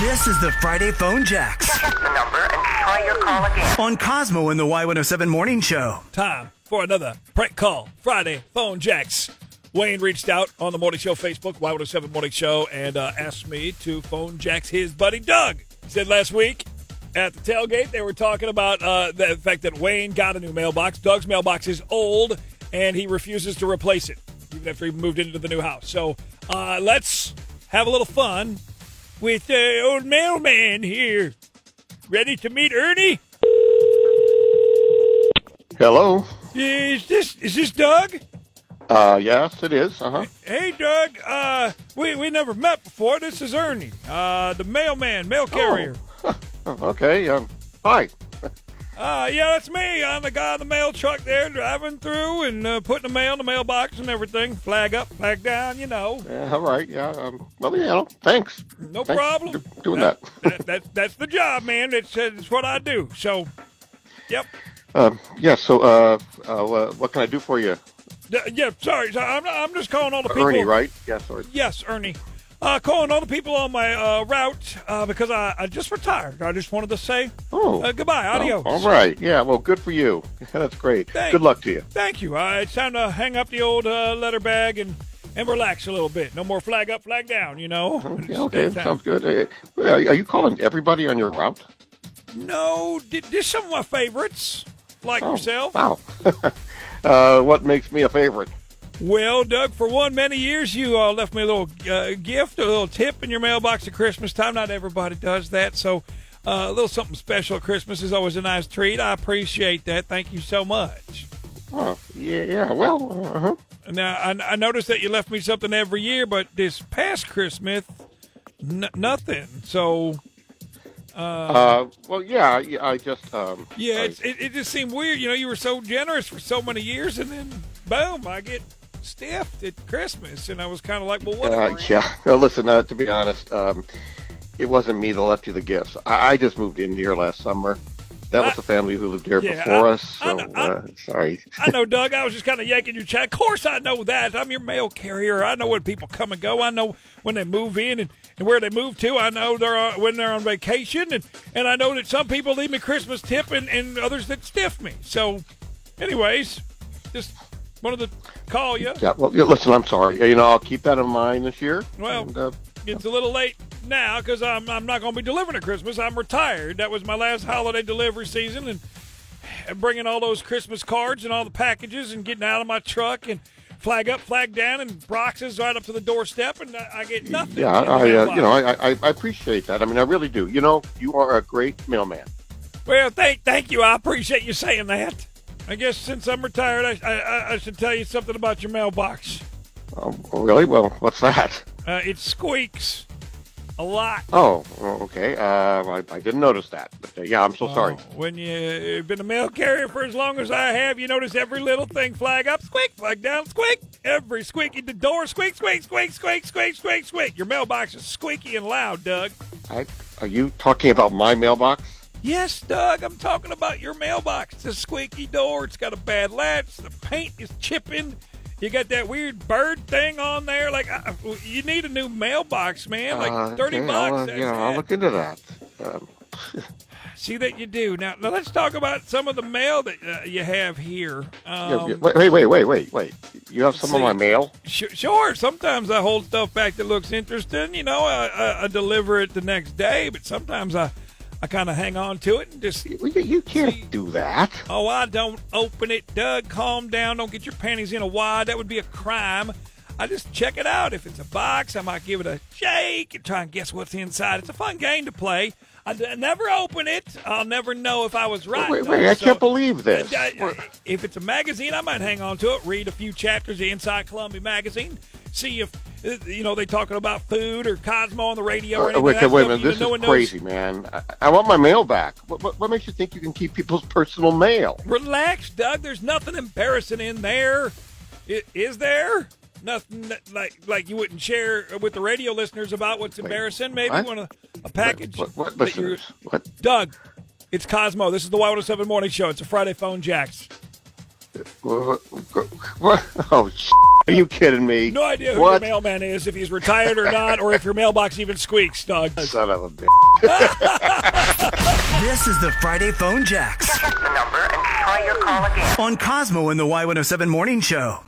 This is the Friday Phone Jacks the number and try your call again. on Cosmo and the Y107 Morning Show. Time for another prank call Friday phone jacks. Wayne reached out on the morning show Facebook, Y107 Morning Show, and uh, asked me to phone jacks his buddy Doug. He said last week at the tailgate they were talking about uh, the fact that Wayne got a new mailbox. Doug's mailbox is old and he refuses to replace it even after he moved into the new house. So uh, let's have a little fun with the old mailman here. Ready to meet Ernie? Hello. Is this is this Doug? Uh, yes, it is. Uh huh. Hey, Doug. Uh, we we never met before. This is Ernie, uh, the mailman, mail Oh. carrier. Okay. Um, hi. Uh, yeah, that's me. I'm the guy on the mail truck there, driving through and uh, putting the mail in the mailbox and everything. Flag up, flag down, you know. Yeah, Uh, all right. Yeah. Um, well, you know, thanks. No Thanks problem. for do- doing that. that, that that's the job, man. It's uh, it's what I do. So, yep. Um, yeah. So, uh, uh, uh, what can I do for you, D- yeah. Sorry, so I'm I'm just calling all the people. Ernie? Right? Yeah. Sorry. Yes, Ernie. Uh, calling all the people on my uh, route uh, because I, I just retired. I just wanted to say Oh. uh, goodbye. Adios. all right. Yeah. Well, good for you. That's great. Thanks. Good luck to you. Thank you. Uh, it's time to hang up the old uh, letter bag and, and relax a little bit. No more flag up, flag down, you know? Yeah, okay. It's time. Sounds good. Uh, Are are you calling everybody on your route? No, th- this some of my favorites, like Oh, yourself. Wow. uh, what makes me a favorite? Well, Doug, for one, many years you uh, left me a little uh, gift, a little tip in your mailbox at Christmas time. Not everybody does that, so uh, a little something special at Christmas is always a nice treat. I appreciate that. Thank you so much. Oh, yeah. Yeah. Well. Uh huh. Now, I, I noticed that you left me something every year, but this past Christmas, n- nothing. So, Uh, well, yeah. yeah, I just. Um, Uh-huh. yeah, I- it's, it, it just seemed weird. You know, you were so generous for so many years, and then boom, I get stiffed at Christmas, and I was kind of like, well, what? Uh, yeah. Well, listen, uh, to be honest, um, it wasn't me that left you the gifts. I, I just moved in here last summer. That was I- the family who lived here Yeah, before I- us. I So know- I- uh, sorry. I know, Doug. I was just kind of yanking your chat. Of course, I know that. I'm your mail carrier. I know when people come and go. I know when they move in and, and where they move to. I know they're on, when they're on vacation, and, and I know that some people leave me Christmas tip and, and others that stiff me. So, anyways, just wanted to call you. Yeah. Well, yeah, listen, I'm sorry. You know, I'll keep that in mind this year. Well- And, uh, It's a little late now because I'm, I'm not going to be delivering at Christmas. I'm retired. That was my last holiday delivery season, and, and bringing all those Christmas cards and all the packages and getting out of my truck and flag up, flag down, and boxes right up to the doorstep, and I, I get nothing. yeah. in the I, uh, mailbox. you know, I, I, I appreciate that. I mean, I really do. You know, you are a great mailman. Well, thank thank you. I appreciate you saying that. I guess since I'm retired, I, I, I- I should tell you something about your mailbox. Um, really? Well, what's that? Uh, it squeaks a lot. Oh, well, okay. Uh, I, I didn't notice that. But, uh, yeah, I'm so sorry. Oh, When you've been a mail carrier for as long as I have, you notice every little thing flag up, squeak, flag down, squeak. Every squeaky, the door squeak, squeak, squeak, squeak, squeak, squeak, squeak. Your mailbox is squeaky and loud, Doug. I, are you talking about my mailbox? Yes, Doug, I'm talking about your mailbox. It's a squeaky door. It's got a bad latch. The paint is chipping. You got that weird bird thing on there. Like, I, you need a new mailbox, man. Like, Uh, 30 okay, bucks. I'll, uh, that's yeah, I'll it. look into that. Um, See that you do. Now, now let's talk about some of the mail that uh, you have here. Um, yeah, yeah, wait, wait, wait, wait, wait, wait. You have some see. of my mail? Sh- sure, sometimes I hold stuff back that looks interesting. You know, I, I, I deliver it the next day, but sometimes I, I kind of hang on to it and just, Well, You, you can't See. do that. oh, I don't open it. Doug, calm down. Don't get your panties in a wad. That would be a crime. I just check it out. If it's a box, I might give it a shake and try and guess what's inside. It's a fun game to play. I d- never open it. I'll never know if I was right. wait, though, wait, I so- can't believe this. I- I- Well, uh, if it's a magazine, I might hang on to it, read a few chapters of Inside Columbia Magazine, see if uh, you know they talking about food or Cosmo on the radio. Or uh, anything wait, like that wait a stuff. minute. You- This no one is knows. crazy, man. I, I want my mail back. What, what, what makes you think you can keep people's personal mail? Relax, Doug. There's nothing embarrassing in there. I- Is there? Nothing that, like like you wouldn't share with the radio listeners about what's embarrassing. Maybe what? one of a package. What, what, that you're- listeners? What? Doug, it's Cosmo. This is the Y107 Morning Show. It's a Friday phone jacks. what, what- what- oh, Are you kidding me? No idea who your what? mailman is, if he's retired or not, or if your mailbox even squeaks, Doug. Son of a bitch. This is the Friday Phone Jacks the number and try your call again. on Cosmo and the Y107 Morning Show.